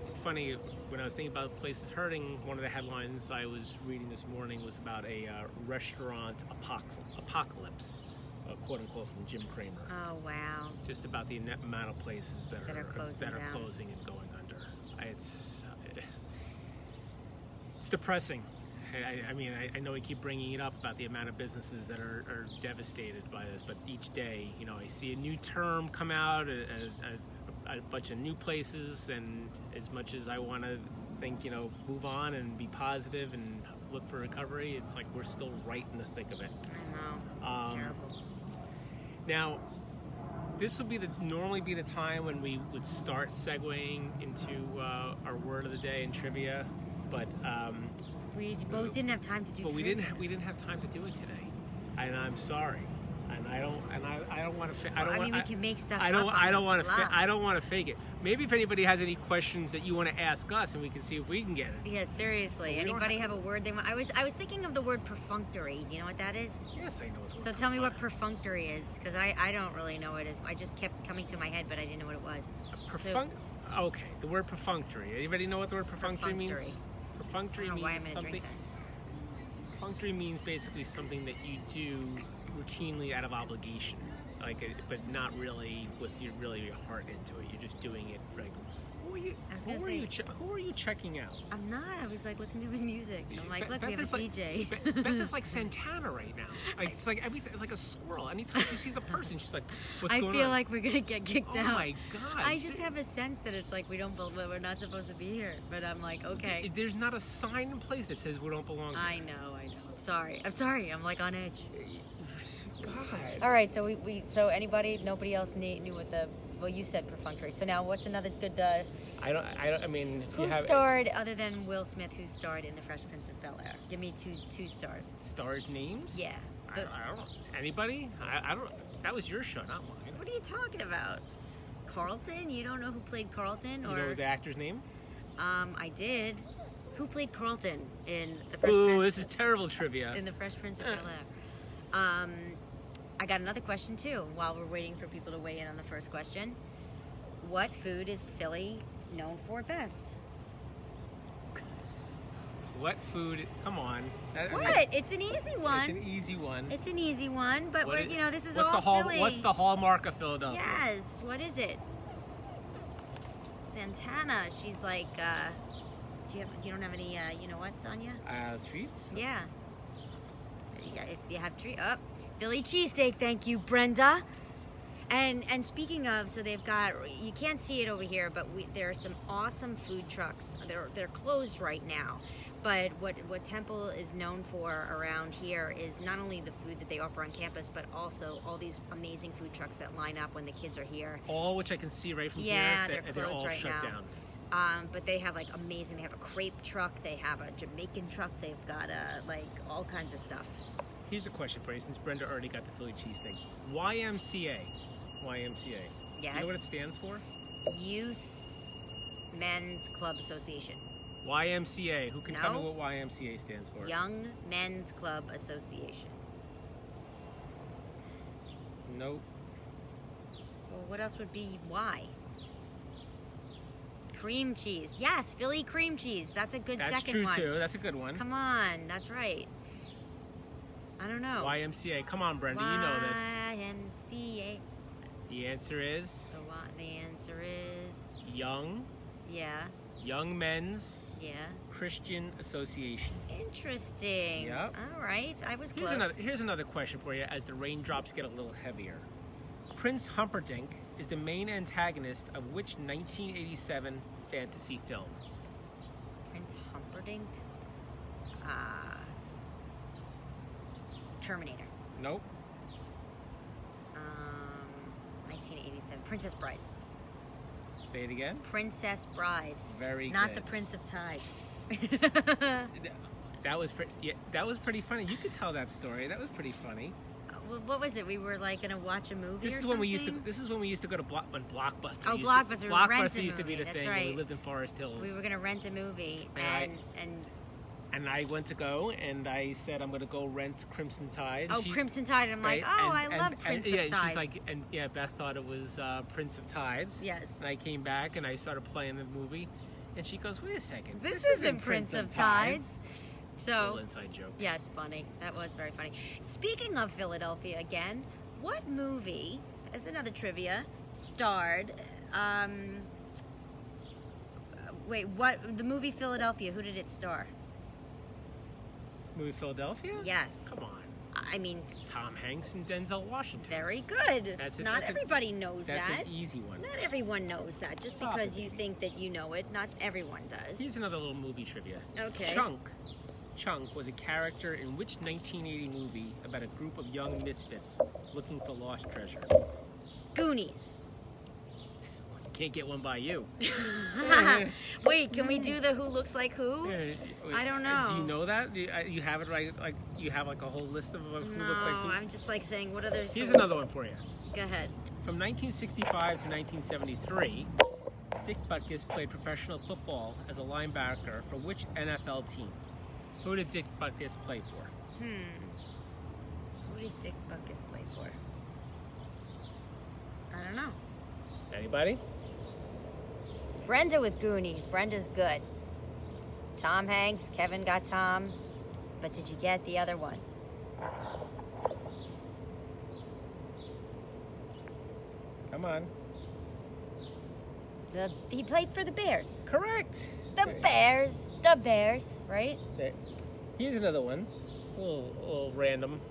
[SPEAKER 2] it's funny when I was thinking about places hurting. One of the headlines I was reading this morning was about a uh, restaurant apox- apocalypse, uh, quote unquote, from Jim Cramer.
[SPEAKER 1] too. Oh wow.
[SPEAKER 2] Just about the net amount of places that,
[SPEAKER 1] That are closing
[SPEAKER 2] that are
[SPEAKER 1] down.
[SPEAKER 2] closing and going under. I- It's it's depressing. I, I- I mean, I, I know we keep bringing it up about the amount of businesses that are, are devastated by this, but each day, you know, I see a new term come out, a, a, a, a bunch of new places, and as much as I want to think, you know, move on and be positive and look for recovery, it's like we're still right in the thick of it.
[SPEAKER 1] I know. It's
[SPEAKER 2] Um,
[SPEAKER 1] terrible.
[SPEAKER 2] now, this would be the normally be the time when we would start segueing into uh, our word of the day and trivia, but um,
[SPEAKER 1] We both didn't have time to do.
[SPEAKER 2] but we
[SPEAKER 1] trivia.
[SPEAKER 2] didn't we didn't have time to do it today, and I'm sorry, and I don't and I, I don't want to I
[SPEAKER 1] Well,
[SPEAKER 2] don't
[SPEAKER 1] I mean, we
[SPEAKER 2] want.
[SPEAKER 1] can make stuff.
[SPEAKER 2] I don't.
[SPEAKER 1] up
[SPEAKER 2] I
[SPEAKER 1] on
[SPEAKER 2] don't
[SPEAKER 1] the
[SPEAKER 2] want to.
[SPEAKER 1] fly.
[SPEAKER 2] Fa- I don't want to fake it. Maybe if anybody has any questions that you want to ask us, and we can see if we can get it.
[SPEAKER 1] Yeah, seriously.
[SPEAKER 2] Well, we don't
[SPEAKER 1] Anybody have a word they want? I was I was thinking of the word perfunctory. Do you know what that is?
[SPEAKER 2] Yes, I know. It's
[SPEAKER 1] So
[SPEAKER 2] working
[SPEAKER 1] tell me
[SPEAKER 2] fine.
[SPEAKER 1] what perfunctory is, because I, I don't really know what it is. I just kept coming to my head, but I didn't know what it was.
[SPEAKER 2] Perfun- okay, the word perfunctory. Anybody know what the word perfunctory, means?
[SPEAKER 1] Perfunctory. I
[SPEAKER 2] Perfunctory
[SPEAKER 1] don't know
[SPEAKER 2] means
[SPEAKER 1] why I'm gonna
[SPEAKER 2] something.
[SPEAKER 1] drink that.
[SPEAKER 2] Perfunctory means basically something that you do routinely out of obligation, like, uh, but not really with your really your heart into it. You're just doing it like. Who are you?
[SPEAKER 1] I was
[SPEAKER 2] Who
[SPEAKER 1] gonna
[SPEAKER 2] are you,
[SPEAKER 1] say-
[SPEAKER 2] che- who are you checking out?
[SPEAKER 1] I'm not. I was like listening to his music. I'm like,
[SPEAKER 2] Beth-
[SPEAKER 1] look,
[SPEAKER 2] Beth
[SPEAKER 1] we have a
[SPEAKER 2] is like-
[SPEAKER 1] DJ.
[SPEAKER 2] Be- Beth is like Santana right now. Like it's like everything. It's like a squirrel. Anytime she sees a person, she's like, "What's
[SPEAKER 1] I
[SPEAKER 2] going
[SPEAKER 1] feel
[SPEAKER 2] on?"
[SPEAKER 1] like we're gonna get kicked
[SPEAKER 2] oh
[SPEAKER 1] out.
[SPEAKER 2] my god!
[SPEAKER 1] I just have a sense that it's like we don't, bel- we're not supposed to be here. But I'm like, okay.
[SPEAKER 2] There's not a sign in place that says we don't belong. here.
[SPEAKER 1] I know, I know. I'm sorry. I'm sorry. I'm like on edge.
[SPEAKER 2] God.
[SPEAKER 1] All right. So we, we so anybody, nobody else knew, knew what the well you said perfunctory. So now what's another good uh,
[SPEAKER 2] I don't. I don't. I mean, if
[SPEAKER 1] Who
[SPEAKER 2] you have
[SPEAKER 1] starred other than Will Smith? Who starred in The Fresh Prince of Bel Air? Give me two two stars.
[SPEAKER 2] stars names.
[SPEAKER 1] Yeah,
[SPEAKER 2] I, I don't know. Anybody? I, I don't. That was your show, not mine.
[SPEAKER 1] What are you talking about? Carlton? You don't know who played Carlton?
[SPEAKER 2] You know
[SPEAKER 1] Or
[SPEAKER 2] the actor's name?
[SPEAKER 1] um, I did. Who played Carlton in the Fresh
[SPEAKER 2] Ooh,
[SPEAKER 1] Prince?
[SPEAKER 2] this is terrible trivia.
[SPEAKER 1] in the Fresh Prince of
[SPEAKER 2] Eh.
[SPEAKER 1] Bel Air. Um, I got another question too. While we're waiting for people to weigh in on the first question, what food is Philly known for best?
[SPEAKER 2] What food? Come on. That- I mean,
[SPEAKER 1] What? It's an easy
[SPEAKER 2] It's
[SPEAKER 1] one.
[SPEAKER 2] an easy one.
[SPEAKER 1] It's an easy one, but
[SPEAKER 2] What
[SPEAKER 1] we're
[SPEAKER 2] is-
[SPEAKER 1] you know this is
[SPEAKER 2] what's
[SPEAKER 1] all
[SPEAKER 2] the hall,
[SPEAKER 1] Philly.
[SPEAKER 2] What's the hallmark of Philadelphia?
[SPEAKER 1] Yes. What is it? Santana. She's like. Uh, do you have? You don't have any? Uh, you know what, Sonia?
[SPEAKER 2] Uh, treats?
[SPEAKER 1] Yeah. Yeah. If you have tree up, Philly cheesesteak. Thank you, Brenda. And and speaking of, so they've got. You can't see it over here, but we, there are some awesome food trucks. They're they're closed right now. But what, what Temple is known for around here is not only the food that they offer on campus, but also all these amazing food trucks that line up when the kids are here.
[SPEAKER 2] All which I can see right from
[SPEAKER 1] Yeah,
[SPEAKER 2] here.
[SPEAKER 1] they're
[SPEAKER 2] they're,
[SPEAKER 1] closed
[SPEAKER 2] all
[SPEAKER 1] right
[SPEAKER 2] shut
[SPEAKER 1] now.
[SPEAKER 2] down.
[SPEAKER 1] Um, but they have like amazing. They have a crepe truck. They have a Jamaican truck. They've got uh, like all kinds of stuff.
[SPEAKER 2] Here's a question for you, since Brenda already got the Philly cheesesteak. YMCA. YMCA.
[SPEAKER 1] Yes.
[SPEAKER 2] You know what it stands for?
[SPEAKER 1] Youth Men's Club Association.
[SPEAKER 2] YMCA. Who can tell me
[SPEAKER 1] No.
[SPEAKER 2] what YMCA stands for?
[SPEAKER 1] Young Men's Club Association.
[SPEAKER 2] Nope.
[SPEAKER 1] Well, what else would be why? Cream cheese. Yes, Philly cream cheese. That's a good
[SPEAKER 2] That's
[SPEAKER 1] second
[SPEAKER 2] true
[SPEAKER 1] one.
[SPEAKER 2] too. That's a good one.
[SPEAKER 1] Come on, that's right. I don't know.
[SPEAKER 2] YMCA. Come on, Brenda. You know this.
[SPEAKER 1] YMCA.
[SPEAKER 2] The answer is
[SPEAKER 1] So why, the answer is
[SPEAKER 2] Young
[SPEAKER 1] yeah,
[SPEAKER 2] Young Men's
[SPEAKER 1] yeah.
[SPEAKER 2] Christian Association.
[SPEAKER 1] Interesting.
[SPEAKER 2] Yep.
[SPEAKER 1] All right, I was
[SPEAKER 2] Here's
[SPEAKER 1] close.
[SPEAKER 2] another, here's another question for you as the raindrops get a little heavier. Prince Humperdinck is the main antagonist of which 1987 fantasy film?
[SPEAKER 1] Prince Humperdinck. Uh, Terminator.
[SPEAKER 2] Nope.
[SPEAKER 1] Um, 1987. Princess Bride.
[SPEAKER 2] Say it again.
[SPEAKER 1] Princess Bride.
[SPEAKER 2] Very
[SPEAKER 1] Not the
[SPEAKER 2] good.
[SPEAKER 1] Prince of Tides.
[SPEAKER 2] Th- That was pretty. Yeah, that was pretty funny. You could tell that story. That was pretty funny.
[SPEAKER 1] well, what was it? We were like gonna watch a movie
[SPEAKER 2] This
[SPEAKER 1] or
[SPEAKER 2] is
[SPEAKER 1] something.
[SPEAKER 2] when we used to. This is when we used to go to block when Blockbuster.
[SPEAKER 1] Oh,
[SPEAKER 2] used to-
[SPEAKER 1] Blockbuster, we rent a
[SPEAKER 2] Blockbuster used to be
[SPEAKER 1] movie,
[SPEAKER 2] the
[SPEAKER 1] that's
[SPEAKER 2] thing when we
[SPEAKER 1] right.
[SPEAKER 2] lived in Forest Hills.
[SPEAKER 1] We were gonna rent a movie,
[SPEAKER 2] And I-
[SPEAKER 1] and and
[SPEAKER 2] and I went to go, and I said I'm gonna go rent Crimson Tide.
[SPEAKER 1] oh,
[SPEAKER 2] She-
[SPEAKER 1] Crimson Tide. I'm like,
[SPEAKER 2] right?
[SPEAKER 1] oh,
[SPEAKER 2] And-
[SPEAKER 1] I
[SPEAKER 2] and-
[SPEAKER 1] love
[SPEAKER 2] and-
[SPEAKER 1] Prince
[SPEAKER 2] yeah,
[SPEAKER 1] of
[SPEAKER 2] and
[SPEAKER 1] Tides.
[SPEAKER 2] she's like, and yeah, Beth thought it was uh, Prince of Tides.
[SPEAKER 1] yes.
[SPEAKER 2] And I came back and I started playing the movie, and she goes, "Wait a second,
[SPEAKER 1] This,
[SPEAKER 2] isn't,
[SPEAKER 1] isn't Prince of Tides.
[SPEAKER 2] Little
[SPEAKER 1] So
[SPEAKER 2] inside joke.
[SPEAKER 1] yes, funny. That was very funny. Speaking of Philadelphia again, what movie? As another trivia, starred. Um, uh, wait, what? The movie Philadelphia. Who did it star?
[SPEAKER 2] Movie Philadelphia.
[SPEAKER 1] Yes.
[SPEAKER 2] Come on,
[SPEAKER 1] I mean,
[SPEAKER 2] Tom Hanks and Denzel Washington.
[SPEAKER 1] very good.
[SPEAKER 2] That's a-
[SPEAKER 1] Not
[SPEAKER 2] that's a-
[SPEAKER 1] everybody knows
[SPEAKER 2] That's
[SPEAKER 1] that.
[SPEAKER 2] an easy one.
[SPEAKER 1] Not everyone knows that. Just because you
[SPEAKER 2] Probably.
[SPEAKER 1] think that you know it, not everyone does.
[SPEAKER 2] Here's another little movie trivia.
[SPEAKER 1] Okay.
[SPEAKER 2] Chunk. Chunk was a character in which 1980 movie about a group of young misfits looking for lost treasure?
[SPEAKER 1] Goonies.
[SPEAKER 2] Can't get one by you.
[SPEAKER 1] Wait, can we do the who looks like who? I don't
[SPEAKER 2] Do you
[SPEAKER 1] know.
[SPEAKER 2] know that? Do you, uh, you have it right? Like you have like a whole list of uh, who
[SPEAKER 1] No,
[SPEAKER 2] looks like who?
[SPEAKER 1] I'm just like saying what other.
[SPEAKER 2] Here's another one for you.
[SPEAKER 1] Go ahead.
[SPEAKER 2] From 1965 to 1973, Dick Butkus played professional football as a linebacker for which NFL team? Who did Dick Butkus play for?
[SPEAKER 1] Hmm. Who did Dick Buckus play for? I don't know.
[SPEAKER 2] Anybody?
[SPEAKER 1] Brenda with Goonies. Brenda's good. Tom Hanks. Kevin got Tom. But did you get the other one?
[SPEAKER 2] Come on.
[SPEAKER 1] The, he played for the Bears.
[SPEAKER 2] Correct.
[SPEAKER 1] The Bears. The Bears. Right?
[SPEAKER 2] Here's another one, a little, a little random.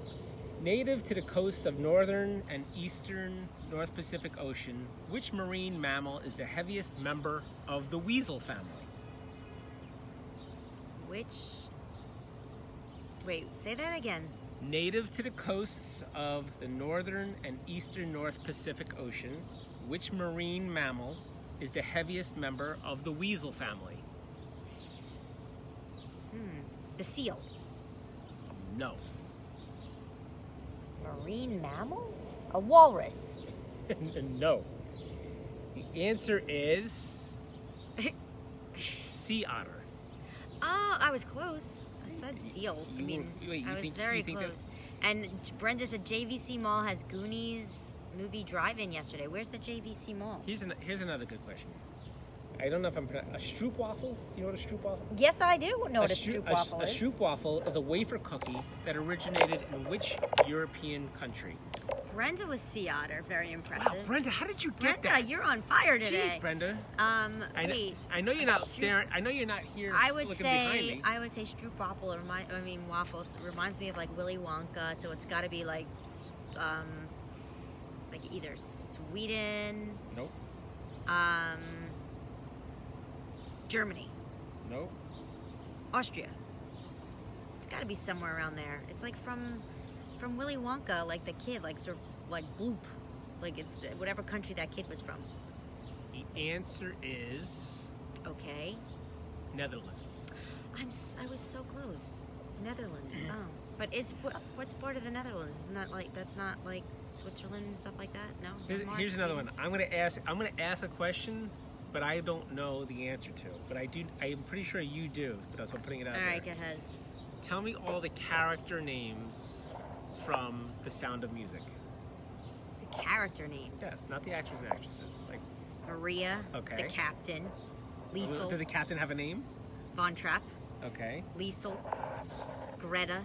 [SPEAKER 2] Native to the coasts of northern and eastern North Pacific Ocean, which marine mammal is the heaviest member of the weasel family?
[SPEAKER 1] Which? Wait. Say that again.
[SPEAKER 2] Native to the coasts of the northern and eastern North Pacific Ocean, which marine mammal is the heaviest member of the weasel family?
[SPEAKER 1] Hmm. The seal.
[SPEAKER 2] No.
[SPEAKER 3] marine mammal? A walrus.
[SPEAKER 2] no. The answer is sea otter.
[SPEAKER 1] Oh, I was close. I said seal. I
[SPEAKER 2] You
[SPEAKER 1] mean,
[SPEAKER 2] were- wait, you
[SPEAKER 1] I was
[SPEAKER 2] think-
[SPEAKER 1] very
[SPEAKER 2] you think
[SPEAKER 1] close.
[SPEAKER 2] that-
[SPEAKER 1] And Brenda said JVC Mall has Goonies movie drive-in yesterday. Where's the JVC Mall?
[SPEAKER 2] Here's an, here's another good question. I don't know if I'm pronoun- a stroopwafel. Do you know what a stroopwafel?
[SPEAKER 3] Yes, I do know what a
[SPEAKER 2] shru-
[SPEAKER 3] stroopwafel
[SPEAKER 2] a, sh-
[SPEAKER 3] is.
[SPEAKER 2] A stroopwafel is a wafer cookie that originated in which European country?
[SPEAKER 1] Brenda was sea otter. Very impressive.
[SPEAKER 2] Wow, Brenda, how did you
[SPEAKER 1] Brenda,
[SPEAKER 2] get that?
[SPEAKER 1] you're on fire today.
[SPEAKER 2] Jeez, Brenda.
[SPEAKER 1] um,
[SPEAKER 2] I know,
[SPEAKER 1] wait.
[SPEAKER 2] I know you're
[SPEAKER 1] a
[SPEAKER 2] not
[SPEAKER 1] stroop-
[SPEAKER 2] staring. I know you're not here.
[SPEAKER 1] I would
[SPEAKER 2] looking behind
[SPEAKER 1] say
[SPEAKER 2] me.
[SPEAKER 1] I would say stroopwafel remind I mean waffles reminds me of like Willy Wonka, so it's got to be like um like either Sweden,
[SPEAKER 2] Nope.
[SPEAKER 1] um Germany,
[SPEAKER 2] Nope.
[SPEAKER 1] Austria. It's got to be somewhere around there. It's like from from Willy Wonka, like the kid, like sort of like bloop, like it's the, whatever country that kid was from.
[SPEAKER 2] The answer is
[SPEAKER 1] Okay,
[SPEAKER 2] Netherlands.
[SPEAKER 1] I'm s- I was so close. Netherlands.
[SPEAKER 2] Mm.
[SPEAKER 1] oh, but is what, what's part of the Netherlands? Isn't that like that's not like Switzerland and stuff like that? No.
[SPEAKER 2] Here-
[SPEAKER 1] Denmark,
[SPEAKER 2] here's another
[SPEAKER 1] Sweden?
[SPEAKER 2] one. I'm gonna ask. I'm gonna ask a question, but I don't know the answer to. But I do. I'm pretty sure you do. But that's why I'm putting it out
[SPEAKER 1] All
[SPEAKER 2] there.
[SPEAKER 1] right, go ahead.
[SPEAKER 2] Tell me all the character names from The Sound of Music.
[SPEAKER 1] The character names.
[SPEAKER 2] Yes, not the actors and actresses. Like,
[SPEAKER 1] Maria.
[SPEAKER 2] Okay.
[SPEAKER 1] The captain.
[SPEAKER 2] well,
[SPEAKER 1] Liesel.
[SPEAKER 2] did the captain have a name?
[SPEAKER 1] Von Trapp.
[SPEAKER 2] Okay.
[SPEAKER 1] Liesel. Greta.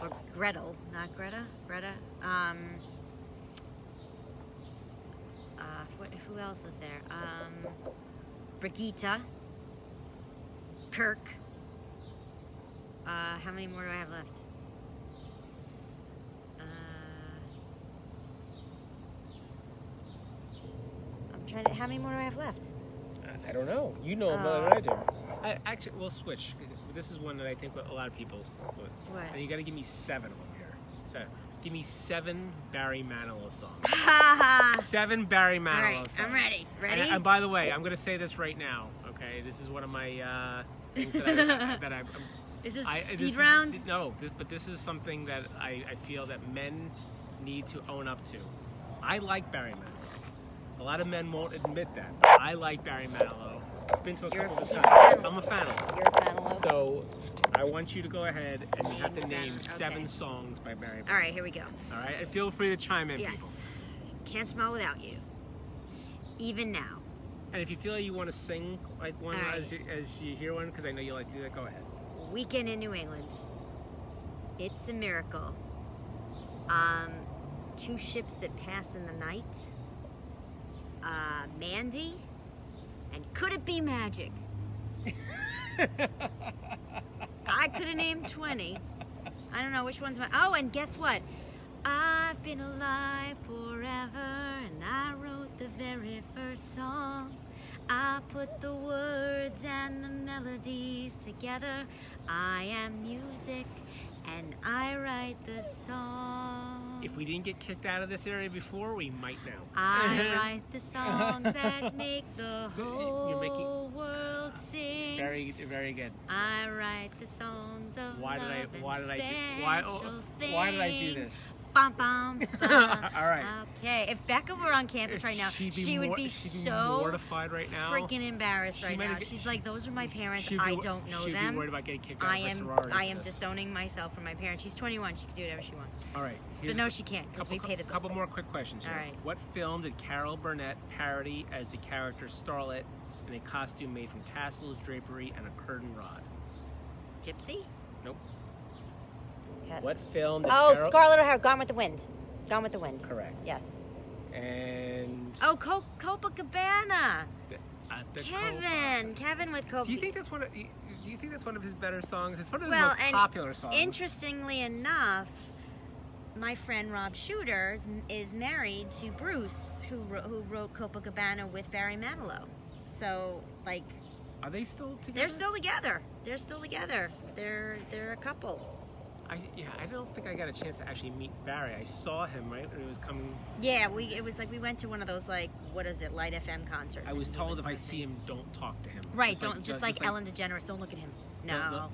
[SPEAKER 1] Or Gretel, not Greta. Greta. Um. Uh, what, who else is there? Um, Brigitta. Kirk. Uh, how many more do I have left? Uh, I'm trying to. How many more do I have left?
[SPEAKER 2] Uh, I- I don't know. You know them
[SPEAKER 1] Uh,
[SPEAKER 2] better than I do. I, actually, we'll switch. This is one that I think a lot of people. would.
[SPEAKER 1] What?
[SPEAKER 2] And you got to give me seven on here. So, give me seven Barry Manilow songs.
[SPEAKER 1] Ah. All
[SPEAKER 2] Seven Barry Manilow
[SPEAKER 1] right,
[SPEAKER 2] songs.
[SPEAKER 1] I'm ready. Ready?
[SPEAKER 2] And, and by the way, I'm going to say this right now. Okay, this is one of my uh, things that, I, that I,
[SPEAKER 1] Is this
[SPEAKER 2] I
[SPEAKER 1] speed
[SPEAKER 2] this is-
[SPEAKER 1] round?
[SPEAKER 2] no, this, but this is something that I, I feel that men need to own up to. I like Barry Manilow. A lot of men won't admit that. But I like Barry Manilow. I've been to a
[SPEAKER 1] You're a
[SPEAKER 2] couple of his
[SPEAKER 1] fan.
[SPEAKER 2] concerts. I'm a fan. of him.
[SPEAKER 1] You're a panelist.
[SPEAKER 2] So I want you to go ahead and you have to
[SPEAKER 1] Name
[SPEAKER 2] name
[SPEAKER 1] that, okay.
[SPEAKER 2] seven songs by Barry. Manilow.
[SPEAKER 1] All right, here we go.
[SPEAKER 2] All right. And feel free to chime in,
[SPEAKER 1] Yes.
[SPEAKER 2] people.
[SPEAKER 1] Can't smile without you. Even now.
[SPEAKER 2] And if you feel like you want to sing like one
[SPEAKER 1] All right.
[SPEAKER 2] as, you, as you hear one, because I know you like to do that, go ahead.
[SPEAKER 1] Weekend in New England. It's a miracle. Um, two ships that pass in the night. Uh, Mandy. And could it be magic? I could have named 20. I don't know which one's my. Oh, and guess what? I've been alive forever, and I wrote the very first song. I put the words and the melodies together. I am music, and I write the song.
[SPEAKER 2] If we didn't get kicked out of this area before, we might now.
[SPEAKER 1] I write the songs that make the
[SPEAKER 2] So, y- you're
[SPEAKER 1] whole
[SPEAKER 2] making-
[SPEAKER 1] world sing.
[SPEAKER 2] Very, very good.
[SPEAKER 1] I write the songs of
[SPEAKER 2] Why did I?
[SPEAKER 1] love and
[SPEAKER 2] Why did I? Do,
[SPEAKER 1] special
[SPEAKER 2] why? oh, why did I do
[SPEAKER 1] things.
[SPEAKER 2] this?
[SPEAKER 1] Bum, bum,
[SPEAKER 2] All
[SPEAKER 1] bum.
[SPEAKER 2] right.
[SPEAKER 1] Okay, if Becca were on campus right now,
[SPEAKER 2] she'd be
[SPEAKER 1] she would
[SPEAKER 2] mor-
[SPEAKER 1] be
[SPEAKER 2] she'd be
[SPEAKER 1] so
[SPEAKER 2] mortified right now.
[SPEAKER 1] freaking embarrassed
[SPEAKER 2] She
[SPEAKER 1] right
[SPEAKER 2] might
[SPEAKER 1] now.
[SPEAKER 2] have-
[SPEAKER 1] She's like, "Those are my parents.
[SPEAKER 2] She'd be
[SPEAKER 1] I
[SPEAKER 2] wor-
[SPEAKER 1] don't know
[SPEAKER 2] she'd
[SPEAKER 1] them.
[SPEAKER 2] Be worried about getting kicked out
[SPEAKER 1] I
[SPEAKER 2] of a
[SPEAKER 1] am,
[SPEAKER 2] sorority
[SPEAKER 1] I
[SPEAKER 2] for
[SPEAKER 1] am
[SPEAKER 2] this.
[SPEAKER 1] disowning myself from my parents. She's 21. She can do whatever she wants.
[SPEAKER 2] All right.
[SPEAKER 1] But
[SPEAKER 2] here's
[SPEAKER 1] no,
[SPEAKER 2] a
[SPEAKER 1] she can't because we
[SPEAKER 2] couple,
[SPEAKER 1] pay the bills.
[SPEAKER 2] couple more quick questions. Here.
[SPEAKER 1] All right.
[SPEAKER 2] What film did Carol Burnett parody as the character Starlet in a costume made from tassels, drapery, and a curtain rod?
[SPEAKER 1] Gypsy? Uh,
[SPEAKER 2] What film did
[SPEAKER 3] Oh,
[SPEAKER 2] Carol?
[SPEAKER 3] Scarlet O'Hara, Gone with the Wind. Gone with the Wind.
[SPEAKER 2] Correct.
[SPEAKER 3] Yes.
[SPEAKER 2] And
[SPEAKER 1] Oh, Co- Copacabana.
[SPEAKER 2] at the
[SPEAKER 1] Kevin.
[SPEAKER 2] Copacabana.
[SPEAKER 1] Kevin with Copa.
[SPEAKER 2] Do you think that's one of you- Do you think that's one of his better songs? It's one of his
[SPEAKER 1] Well,
[SPEAKER 2] most
[SPEAKER 1] and
[SPEAKER 2] popular songs.
[SPEAKER 1] Interestingly enough, my friend Rob Shooter is- is married to Bruce, who wrote, who wrote Copacabana with Barry Manilow. So, like,
[SPEAKER 2] Are they still together?
[SPEAKER 1] they're still together. They're still together. They're they're a couple.
[SPEAKER 2] I, yeah, I don't think I got a chance to actually meet Barry. I saw him right when he was coming.
[SPEAKER 1] Yeah, we it was like we went to one of those like what is it, Light FM concerts.
[SPEAKER 2] I
[SPEAKER 1] and
[SPEAKER 2] was
[SPEAKER 1] he
[SPEAKER 2] told if
[SPEAKER 1] one
[SPEAKER 2] I
[SPEAKER 1] of
[SPEAKER 2] see
[SPEAKER 1] those
[SPEAKER 2] him, don't talk to him.
[SPEAKER 1] Right,
[SPEAKER 2] Just
[SPEAKER 1] don't
[SPEAKER 2] like,
[SPEAKER 1] just like Ellen DeGeneres, don't look at him.
[SPEAKER 2] don't
[SPEAKER 1] No.
[SPEAKER 2] look-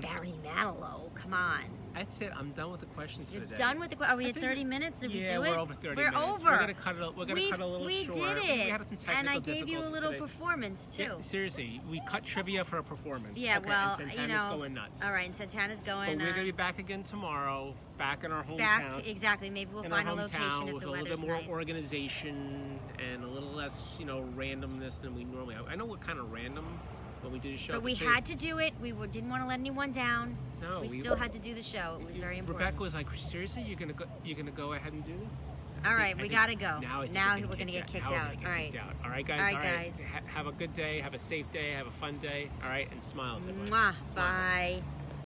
[SPEAKER 1] Not Barry Manilow. Come on.
[SPEAKER 2] that's it. I'm done with the questions
[SPEAKER 1] You're
[SPEAKER 2] for the day.
[SPEAKER 1] done with the. que- Are we
[SPEAKER 2] I
[SPEAKER 1] at
[SPEAKER 2] think
[SPEAKER 1] 30 minutes? Did
[SPEAKER 2] yeah,
[SPEAKER 1] we do
[SPEAKER 2] we're
[SPEAKER 1] it?
[SPEAKER 2] over 30
[SPEAKER 1] We're
[SPEAKER 2] minutes.
[SPEAKER 1] over.
[SPEAKER 2] We're gonna cut it. a- We're gonna
[SPEAKER 1] we
[SPEAKER 2] cut a little
[SPEAKER 1] we
[SPEAKER 2] short.
[SPEAKER 1] did
[SPEAKER 2] We
[SPEAKER 1] it,
[SPEAKER 2] had some technical
[SPEAKER 1] and I gave you a
[SPEAKER 2] difficulties
[SPEAKER 1] little
[SPEAKER 2] today.
[SPEAKER 1] performance too.
[SPEAKER 2] Yeah, seriously, we cut trivia for a performance.
[SPEAKER 1] Yeah,
[SPEAKER 2] okay,
[SPEAKER 1] well,
[SPEAKER 2] and
[SPEAKER 1] you
[SPEAKER 2] Santana's
[SPEAKER 1] know,
[SPEAKER 2] going nuts.
[SPEAKER 1] All right, and Santana's
[SPEAKER 2] But
[SPEAKER 1] going
[SPEAKER 2] we're gonna be
[SPEAKER 1] uh,
[SPEAKER 2] back again tomorrow, back in our hometown.
[SPEAKER 1] back. Exactly. Maybe we'll
[SPEAKER 2] in
[SPEAKER 1] find a
[SPEAKER 2] our hometown
[SPEAKER 1] location if
[SPEAKER 2] with
[SPEAKER 1] the
[SPEAKER 2] a little bit
[SPEAKER 1] weather's
[SPEAKER 2] more
[SPEAKER 1] nice.
[SPEAKER 2] organization and a little less, you know, randomness than we normally. Have. I know we're kind of random when we do the show,
[SPEAKER 1] but we
[SPEAKER 2] say-
[SPEAKER 1] had to do it. We were, didn't want to let anyone down.
[SPEAKER 2] no,
[SPEAKER 1] we, still had to do the show. It was very important.
[SPEAKER 2] Rebecca was like, "Seriously, you're gonna go? You're gonna go ahead and do this?"
[SPEAKER 1] All right,
[SPEAKER 2] I
[SPEAKER 1] we
[SPEAKER 2] think
[SPEAKER 1] gotta go.
[SPEAKER 2] Now, I think
[SPEAKER 1] Oh, Now
[SPEAKER 2] we're
[SPEAKER 1] we're
[SPEAKER 2] gonna
[SPEAKER 1] gonna get kicked
[SPEAKER 2] Now we're
[SPEAKER 1] out.
[SPEAKER 2] gonna get
[SPEAKER 1] All right.
[SPEAKER 2] kicked out. All right, guys.
[SPEAKER 1] All right,
[SPEAKER 2] Ha- have a good day. Have a safe day. Have a fun day. All right, and smiles. everyone.
[SPEAKER 1] Mwah.
[SPEAKER 2] Smiles.
[SPEAKER 1] Bye.